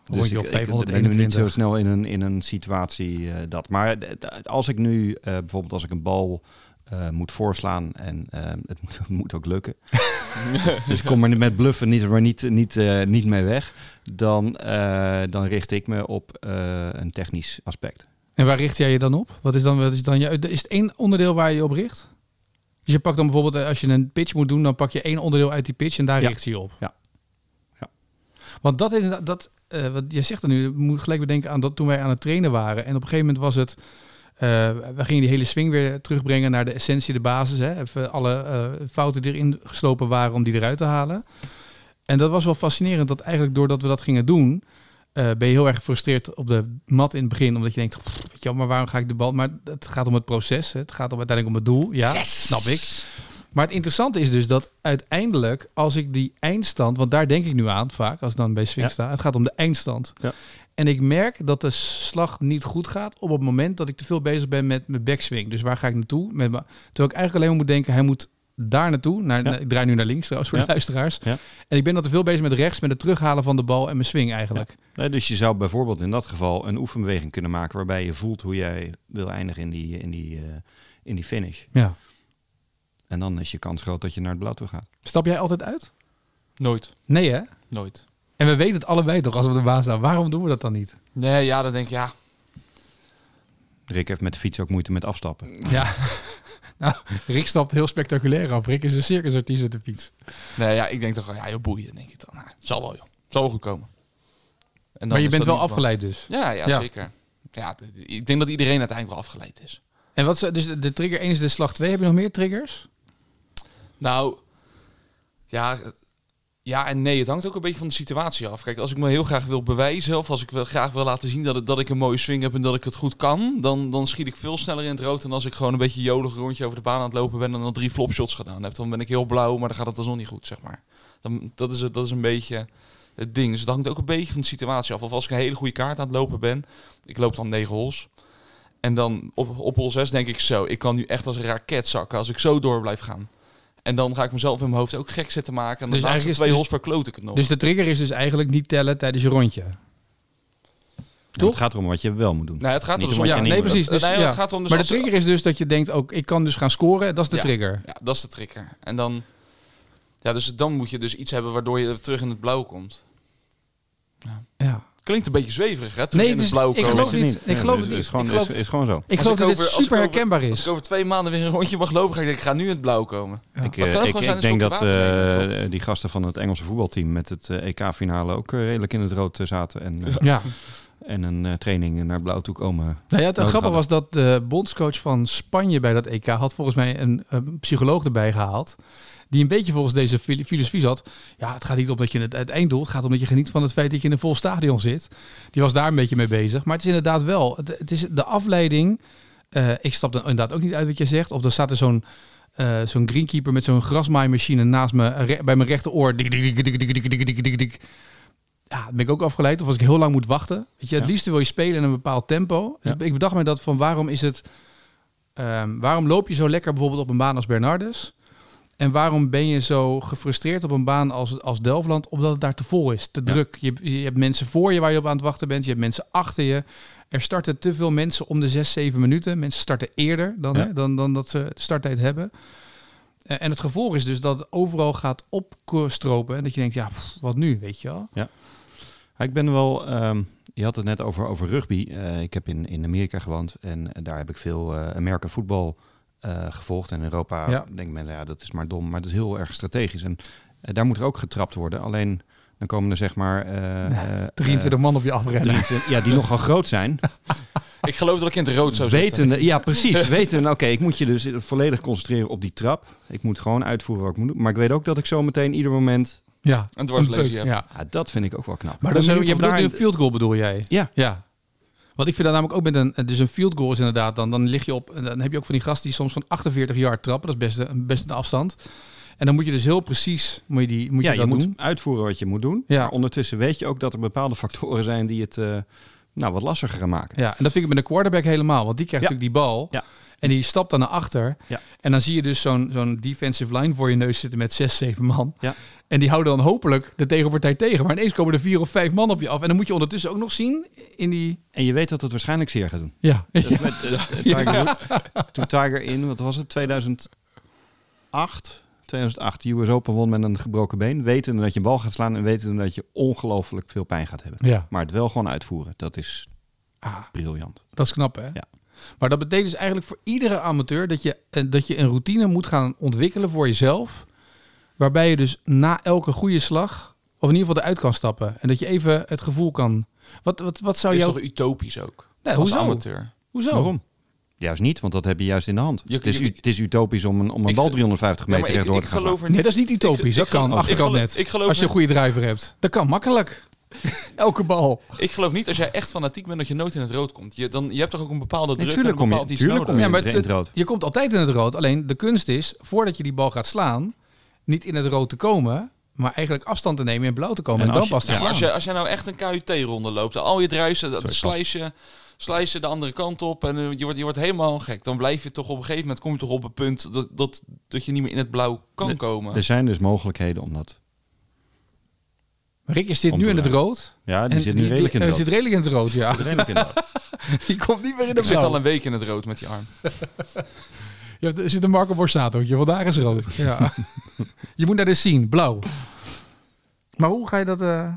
C: Dus
B: Rondje op
C: ik, ik ben nu niet
B: 521.
C: zo snel in een, in een situatie eh, dat. Maar d- d- als ik nu eh, bijvoorbeeld als ik een bal eh, moet voorslaan en eh, het *laughs* moet, het moet ook
B: *laughs*
C: lukken. dus ik kom er met bluffen niet, maar niet, niet, eh, niet mee weg. Dan, eh, dan richt ik me op eh, een technisch aspect.
B: En waar richt jij je dan op? Wat is dan, wat is dan je, is het één onderdeel waar je je op richt? Dus je pakt dan bijvoorbeeld, eh, als je een pitch moet doen, dan pak je één onderdeel uit die pitch en daar
C: Ja.
B: richt je je op.
C: Ja. Ja.
B: Want dat is dat, eh, wat je zegt er nu, ik moet gelijk bedenken aan dat toen wij aan het trainen waren. En op een gegeven moment was het, eh, we gingen die hele swing weer terugbrengen naar de essentie, de basis. Hè? Even alle eh, fouten die erin geslopen waren om die eruit te halen. En dat was wel fascinerend, dat eigenlijk doordat we dat gingen doen, eh, ben je heel erg gefrustreerd op de mat in het begin. Omdat je denkt, "Pff, weet je wel, maar waarom ga ik de bal... Maar het gaat om het proces. hè. Het gaat om, uiteindelijk om het doel. Ja, snap ik. Maar het interessante is dus dat uiteindelijk, als ik die eindstand... Want daar denk ik nu aan vaak, als ik dan bij Sphinx
C: Ja.
B: sta. Het gaat om de eindstand.
C: Ja.
B: En ik merk dat de slag niet goed gaat op het moment dat ik te veel bezig ben met mijn backswing. Dus waar ga ik naartoe? Met mijn- terwijl ik eigenlijk alleen maar moet denken, hij moet daar naartoe. Naar,
C: Ja.
B: Ik draai nu naar links trouwens voor
C: Ja.
B: de luisteraars.
C: Ja.
B: En ik ben dan te veel bezig met rechts, met het terughalen van de bal en mijn swing eigenlijk.
C: Nee, dus je zou bijvoorbeeld in dat geval een oefenbeweging kunnen maken waarbij je voelt hoe jij wil eindigen in die, in die, eh, in die finish.
B: ja.
C: En dan is je kans groot dat je naar het blauw toe gaat.
B: Stap jij altijd uit?
A: Nooit.
B: Nee, hè?
A: Nooit.
B: En we weten het allebei toch als we op de baan staan. Waarom doen we dat dan niet?
A: Nee, ja, dan denk ik, ja.
C: Rick heeft met de fiets ook moeite met afstappen.
B: Ja. nou, Rick stapt heel spectaculair af. Rick is een circusartiest met de fiets.
A: Nee, ja, ik denk toch wel, ja, joh, boeien, denk ik dan. Nou, zal wel, joh. Zal wel goed komen. En dan
B: Maar je
A: is
B: bent
A: dat
B: wel
A: niet wat-
B: afgeleid dus.
A: Ja, ja,
B: Ja.
A: zeker. Ja, d- d- ik denk dat iedereen uiteindelijk wel afgeleid is.
B: En wat is, dus de trigger 1 is de slag 2. Heb je nog meer triggers?
A: Nou, ja, het- ja en nee. Het hangt ook een beetje van de situatie af. Kijk, als ik me heel graag wil bewijzen... of als ik wel graag wil laten zien dat, het- dat ik een mooie swing heb... en dat ik het goed kan... Dan, dan schiet ik veel sneller in het rood... dan als ik gewoon een beetje jolig rondje over de baan aan het lopen ben... en dan drie flopshots gedaan heb. Dan ben ik heel blauw, maar dan gaat het alsnog niet goed, zeg maar. Dan, dat, is, het- dat is een beetje het ding. Dus het hangt ook een beetje van de situatie af. Of als ik een hele goede kaart aan het lopen ben... ik loop dan negen hols... En dan op, op hol 6 denk ik zo, ik kan nu echt als een raket zakken als ik zo door blijf gaan. En dan ga ik mezelf in mijn hoofd ook gek zitten maken. En
B: Dus
A: de laatste
B: eigenlijk is-
A: twee
B: dus-
A: hols verkloot ik het nog.
B: Dus de trigger is dus eigenlijk niet tellen tijdens je rondje.
C: Ja, het gaat erom wat je wel moet doen.
A: nou, het gaat er
C: Niet
A: dus om.
C: omdat
A: Ja,
C: je
A: nee,
C: niet-
B: nee,
C: maar dat-
B: precies. Dus,
A: nee,
B: ja.
A: het gaat om dus
B: maar de
A: als-
B: trigger is dus dat je denkt, ook, ik kan dus gaan scoren. Dat is de
A: Ja.
B: trigger.
A: ja, dat is de trigger. En dan, ja, dus dan moet je dus iets hebben waardoor je terug in het blauw komt.
B: Ja.
A: Klinkt een beetje zweverig, hè? Terug
B: Nee,
A: in
B: het
A: het
B: is-
A: blauw
B: ik
A: komen.
B: geloof
C: Weet je
B: niet. Ik
C: Nee,
B: geloof
C: dus
B: het
C: is
B: niet.
C: gewoon-
B: Ik geloof-
C: is- is gewoon zo.
B: Ik
A: Als
B: geloof
A: ik
B: dat dit
A: over- als ik
B: super
A: over-
B: herkenbaar
A: Als
B: is.
A: ik over twee maanden weer een rondje mag lopen, ga ik denken, ik ga nu in het blauw komen.
C: Ik,
A: Maar het
C: eh,
A: kan ook
C: ik,
A: gewoon
C: ik
A: zijn dat
C: denk
A: ze
C: dat
A: op de water nemen,
C: eh, die gasten van het Engelse voetbalteam met het eh, EK-finale ook eh, redelijk in het rood eh, zaten.
B: *laughs*
C: En, eh,
B: Ja.
C: en een eh, training naar blauw toe komen.
B: Nou ja, het
C: Nodig
B: grappige was
C: hadden.
B: dat de bondscoach van Spanje bij dat EK had volgens mij een, een psycholoog erbij gehaald. Die een beetje volgens deze fil- filosofie zat. Ja, het gaat niet om dat je het, het einddoel. Het gaat om dat je geniet van het feit dat je in een vol stadion zit. Die was daar een beetje mee bezig. Maar het is inderdaad wel. Het, het is de afleiding. Eh, ik stap dan inderdaad ook niet uit wat je zegt. Of er staat er zo'n eh, zo'n greenkeeper met zo'n grasmaaimachine naast me. eh, re- bij mijn rechteroor. Dik, dik, dik, dik, dik, dik, dik, dik, dik, dik. Ja, dan ben ik ook afgeleid. Of als ik heel lang moet wachten. Weet je, het
C: Ja.
B: liefste wil je spelen in een bepaald tempo. Dus Ik bedacht mij dat van waarom is het... ehm, waarom loop je zo lekker bijvoorbeeld op een baan als Bernardes? En waarom ben je zo gefrustreerd op een baan als, als Delftland? Omdat het daar te vol is, te druk. Je, je hebt mensen voor je waar je op aan het wachten bent. Je hebt mensen achter je. Er starten te veel mensen om de 6, 7 minuten. Mensen starten eerder dan,
C: Ja.
B: hè, dan, dan dat ze de starttijd hebben. Eh, En het gevolg is dus dat het overal gaat opstropen. En dat je denkt, ja, pff, wat nu, weet je wel?
C: Ja, ik ben wel. ehm, je had het net over, over rugby. Eh, ik heb in, in Amerika gewoond en daar heb ik veel eh Amerika voetbal eh, gevolgd. En in Europa
B: Ja.
C: denkt men, ja, dat is maar dom. Maar dat is heel erg strategisch. En eh, daar moet er ook getrapt worden. Alleen dan komen er zeg
B: *laughs*
C: maar. eh, eh,
B: 23 man op je afrennen.
C: 23, ja, die nogal groot
B: *laughs*
C: zijn.
A: Ik geloof dat ik in het rood zou zitten.
C: Weten, ja, precies. Weten, oké, ik moet je dus volledig concentreren op die trap. Ik moet gewoon uitvoeren wat ik moet doen. Maar ik weet ook dat ik zo meteen ieder moment.
B: Ja,
A: Een dwarslesie,
B: ja.
A: ja.
B: ja.
C: Ja, dat vind ik ook wel knap.
B: Maar dan
C: ben
B: je
C: benieuwd
B: bedoelt
C: of daar-
B: een field goal bedoel jij?
C: Ja.
B: Ja. Want ik vind dat namelijk ook met een... Dus een field goal is inderdaad dan... Dan lig je op... Dan heb je ook van die gasten die soms van 48 jaar trappen. Dat is best, een- best een afstand. En dan moet je dus heel precies... Moet je, die, moet
C: ja,
B: je
C: je,
B: dat
C: moet
B: doen.
C: uitvoeren wat je moet doen.
B: Ja.
C: Maar ondertussen weet je ook dat er bepaalde factoren zijn die het eh, nou, wat lastiger gaan maken.
B: Ja, en dat vind ik met een quarterback helemaal. Want die krijgt
C: Ja.
B: natuurlijk die bal.
C: Ja.
B: En die stapt dan naar achter.
C: Ja.
B: En dan zie je dus zo'n zo'n defensive line voor je neus zitten met zes, zeven man.
C: Ja.
B: En die houden dan hopelijk de tegenpartij tegen. Maar ineens komen er vier of vijf man op je af. En dan moet je ondertussen ook nog zien in die...
C: En je weet dat het waarschijnlijk zeer gaat doen.
B: Ja,
C: Dat is
A: *laughs*
C: met, eh, Tiger Woods. Toen Tiger in, wat was het, 2008? 2008, de US Open won met een gebroken been. Wetende dat je een bal gaat slaan en wetende dat je ongelooflijk veel pijn gaat hebben.
B: *laughs* ja.
C: Maar het wel gewoon uitvoeren, dat is
B: Ah,
C: briljant.
A: Oh.
B: dat is knap, hè?
C: Ja.
B: Maar dat betekent dus eigenlijk voor iedere amateur... Dat je, eh, dat je een routine moet gaan ontwikkelen voor jezelf. Waarbij je dus na elke goede slag... of in ieder geval eruit kan stappen. En dat je even het gevoel kan... Wat, wat, wat
A: Dat
B: zou
A: is
B: jou...
A: toch utopisch ook?
B: Nee,
A: als
B: hoezo?
A: amateur.
B: Hoezo?
C: Waarom? Juist niet, want dat heb je juist in de hand.
A: Je-
C: het, is,
A: je-
C: u- het is utopisch om een, om een
A: Ik-
C: bal 350
A: Ja,
C: meter
A: maar ik,
C: rechtdoor
A: ik
C: te gaan slaan.
A: geloof er
B: Nee,
A: niet.
B: dat is niet utopisch.
A: Ik-
B: dat
A: ik
B: kan.
A: geloof-
B: Achterkant
A: ik
B: net.
A: geloof- ik geloof
B: als je een goede driver hebt. Dat kan makkelijk. *laughs* Elke bal.
A: Ik geloof niet als jij echt fanatiek bent dat je nooit in het rood komt. Je, dan, je hebt toch ook een bepaalde druk
C: tuurlijk
A: en een
C: kom je-
A: bepaald iets
C: tuurlijk
A: nodig.
C: kom je-
A: Ja,
C: in het- in het rood.
B: je komt altijd in het rood. Alleen de kunst is, voordat je die bal gaat slaan, niet in het rood te komen, maar eigenlijk afstand te nemen en blauw te komen en,
C: En
B: dan
C: als je-
B: pas te
A: maar
B: slaan.
A: als, je, als jij nou echt een KUT-ronde loopt, al je druisen, dat
C: Sorry,
A: slijsje, slijsje de andere kant op en eh, je, wordt, je wordt helemaal gek. Dan blijf je toch op een gegeven moment, kom je toch op een punt dat, dat, dat je niet meer in het blauw kan
C: Nee,
A: komen.
C: Er zijn dus mogelijkheden om dat...
B: Rick is dit
C: Om
B: nu
C: te
B: in het
C: draaien.
B: rood.
C: Ja, die
B: En
C: zit nu redelijk in
B: hij
C: de rood.
B: zit redelijk in het rood,
C: *laughs*
B: ja.
C: Redelijk in de rood.
B: Die komt niet meer in de
A: ik zit
B: blauw.
A: al een week in het rood met die arm.
B: Je hebt, er zit een Marco Borsatootje, want daar is
C: *laughs*
B: rood. Ja. je moet naar de zien, blauw. Maar hoe ga je dat... eh,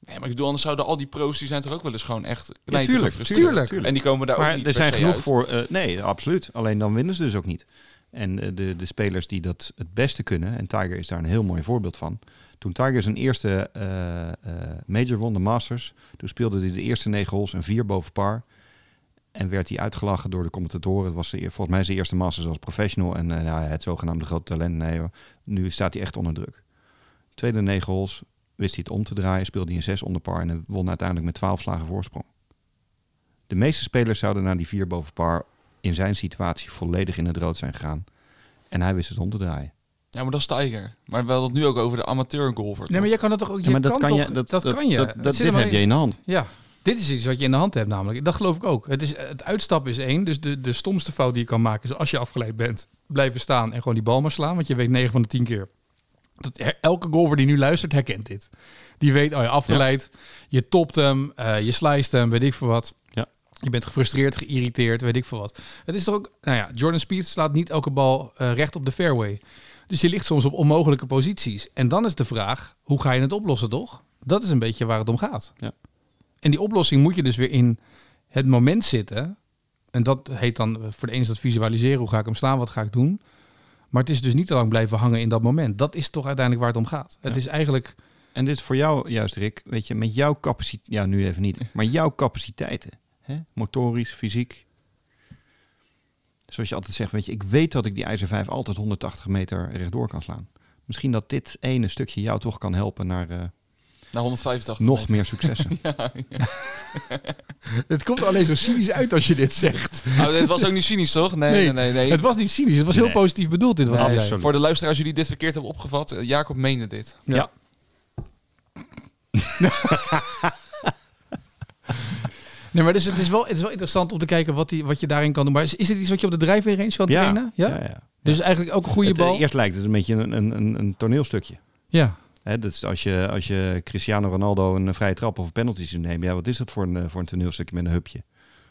A: Nee, maar ik bedoel, anders zouden al die pro's, die zijn toch ook wel eens gewoon echt
C: Ja,
A: knijter gefrustreerd.
B: tuurlijk.
A: En die komen daar ook
C: Maar
A: niet
C: er
A: per
C: zijn
A: se
C: genoeg
A: uit.
C: voor. eh, nee, absoluut. Alleen dan winnen ze dus ook niet. En eh, de, de spelers die dat het beste kunnen, en Tiger is daar een heel mooi voorbeeld van. Toen Tiger zijn eerste eh, eh, major won, de Masters, toen speelde hij de eerste negen holes een vier boven par. En werd hij uitgelachen door de commentatoren. Het was de, eer- volgens mij zijn eerste Masters als professional. En eh, ja, het zogenaamde grote talent. Nee, hoor. nu staat hij echt onder druk. Tweede negen holes wist hij het om te draaien. Speelde hij een zes onder par. En won uiteindelijk met 12 slagen voorsprong. De meeste spelers zouden na die vier boven par in zijn situatie volledig in het rood zijn gegaan. En hij wist het om te draaien.
A: Ja, maar dat is Tiger. Maar we hadden het nu ook over de amateurgolfer.
B: Nee, maar
A: toch?
B: jij kan dat toch ook. Je
C: Ja, maar
B: kan
C: dat kan,
B: toch,
C: je.
B: dat, kan je.
C: dat-
B: Het
C: dat-
B: zit
C: dit
B: hem
C: heb je
B: alleen-
C: in de hand.
B: Ja, dit is iets wat je in de hand hebt namelijk. Dat geloof ik ook. Het, is, het uitstappen is één. Dus de, de stomste fout die je kan maken is als je afgeleid bent, blijven staan en gewoon die bal maar slaan. Want je weet 9 van de 10 keer. Dat her- elke golfer die nu luistert herkent dit. Die weet, oh ja, afgeleid. Je topt hem, eh, je slijst hem, weet ik veel wat.
C: Ja.
B: Je bent gefrustreerd, geïrriteerd, weet ik veel wat. Het is toch ook, nou ja, Jordan Speed slaat niet elke bal eh, recht op de fairway. Dus die ligt soms op onmogelijke posities. En dan is de vraag, hoe ga je het oplossen, toch? Dat is een beetje waar het om gaat.
C: Ja.
B: En die oplossing moet je dus weer in het moment zitten. En dat heet dan eh, voor de een is dat visualiseren. Hoe ga ik hem slaan? Wat ga ik doen? Maar het is dus niet te lang blijven hangen in dat moment. Dat is toch uiteindelijk waar het om gaat. Het is eigenlijk...
C: En dit is voor jou juist, Rick. Weet je, met jouw capaciteit. Ja, nu even niet. Maar jouw capaciteiten. Hè? Motorisch, fysiek. Zoals je altijd zegt, weet je, ik weet dat ik die ijzer 5 altijd 180 meter rechtdoor kan slaan. Misschien dat dit ene stukje jou toch kan helpen naar eh,
A: Naar 185
C: nog
A: meter.
C: meer
B: *laughs*
C: successen.
B: Het komt alleen zo cynisch uit als je dit zegt.
A: Oh, het was ook niet cynisch, toch? Nee, nee,
B: Nee,
A: nee. nee,
B: Het was niet cynisch. Het was heel
C: Nee.
B: positief bedoeld dit wat
C: Nee,
B: hij zei.
C: absoluut.
A: Voor de luisteraars, jullie dit verkeerd hebben opgevat. eh, Jacob meende dit.
C: ja.
B: Nee, maar dus het, is wel, het is wel interessant om te kijken wat, die, wat je daarin kan doen. Maar is, is het iets wat je op de drijfweer range kan
C: Ja.
B: trainen? Ja?
C: ja, ja.
B: Dus eigenlijk ook een goede
C: Het, eh,
B: bal?
C: Eerst lijkt het een beetje een, een, een, een toneelstukje.
B: Ja.
C: Hè, dat is als, je, als je Cristiano Ronaldo een eh, vrije trap of een penalty ziet nemen, ja, wat is dat voor een, eh, voor een toneelstukje met een hupje?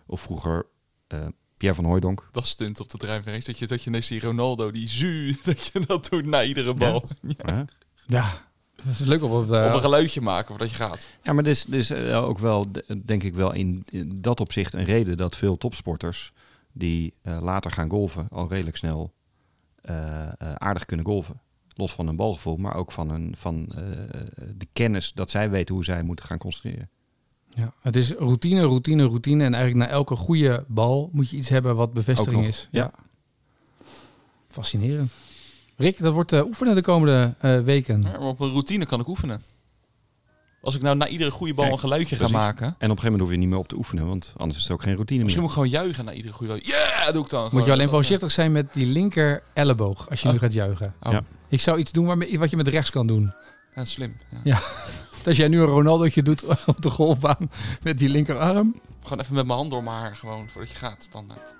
C: Of vroeger eh, Pierre van Hooijdonk.
A: Dat stunt op de drijfveer. Dat je, dat je ineens die Ronaldo, die zu, *laughs* dat je dat doet na iedere bal.
C: Hè?
B: Ja. Dat is leuk op, eh, op, de-
A: Of een geluidje maken voordat je gaat.
C: *laughs* Ja, maar dit is, dit is eh, ook wel, de- denk ik wel, in in dat opzicht een reden dat veel topsporters die eh, later gaan golven al redelijk snel eh, eh, aardig kunnen golven. Los van hun balgevoel, maar ook van, hun, van eh, de kennis dat zij weten hoe zij moeten gaan concentreren.
B: Ja, het is routine, routine, routine. En eigenlijk na elke goede bal moet je iets hebben wat
C: Ook
B: bevestiging
C: nog,
B: is. Fascinerend. Rick, dat wordt eh, oefenen de komende eh, weken.
A: Ja, maar op een routine kan ik oefenen. Als ik nou na iedere goede bal
C: Kijk,
A: een geluidje ga
C: precies.
A: maken.
C: En op een gegeven moment hoef je niet meer op te oefenen, want anders is het ook geen routine meer.
A: Misschien moet ik gewoon juichen na iedere goede bal. Ja, doe ik dan.
B: Moet
A: gewoon.
B: je alleen
A: Dat- eh,
B: voorzichtig zijn met die linker elleboog als je nu gaat juichen.
A: Oh.
C: Ja.
B: Ik zou iets doen waarmee, wat je met rechts kan doen.
A: Ja, dat is slim. Ja.
B: Als jij nu een Ronaldootje doet *laughs* op de golfbaan met die linkerarm.
A: Gewoon even met mijn hand door mijn haar, gewoon voordat je gaat, standaard.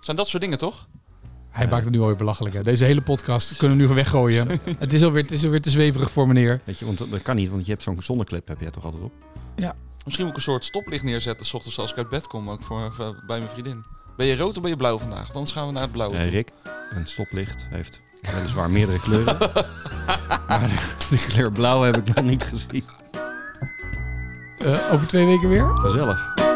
A: Zijn dat soort dingen toch?
B: Hij maakt het nu alweer belachelijk. Hè? Deze hele podcast kunnen we nu *laughs* weggooien. het, is alweer, het is alweer te zweverig voor meneer.
C: Weet je, want dat, dat kan niet, want je hebt zo'n zonneklep heb je toch altijd op.
A: Misschien moet ik een soort stoplicht neerzetten, s ochtends als ik uit bed kom, ook voor, voor- bij mijn vriendin. Ben je rood of ben je blauw vandaag? Want Anders gaan we naar het blauwe.
C: Eh,
A: toe.
C: Rick, een stoplicht heeft weliswaar meerdere kleuren. maar de, de kleur blauw heb ik nog niet gezien.
B: Eh, over twee weken weer?
C: Gezellig.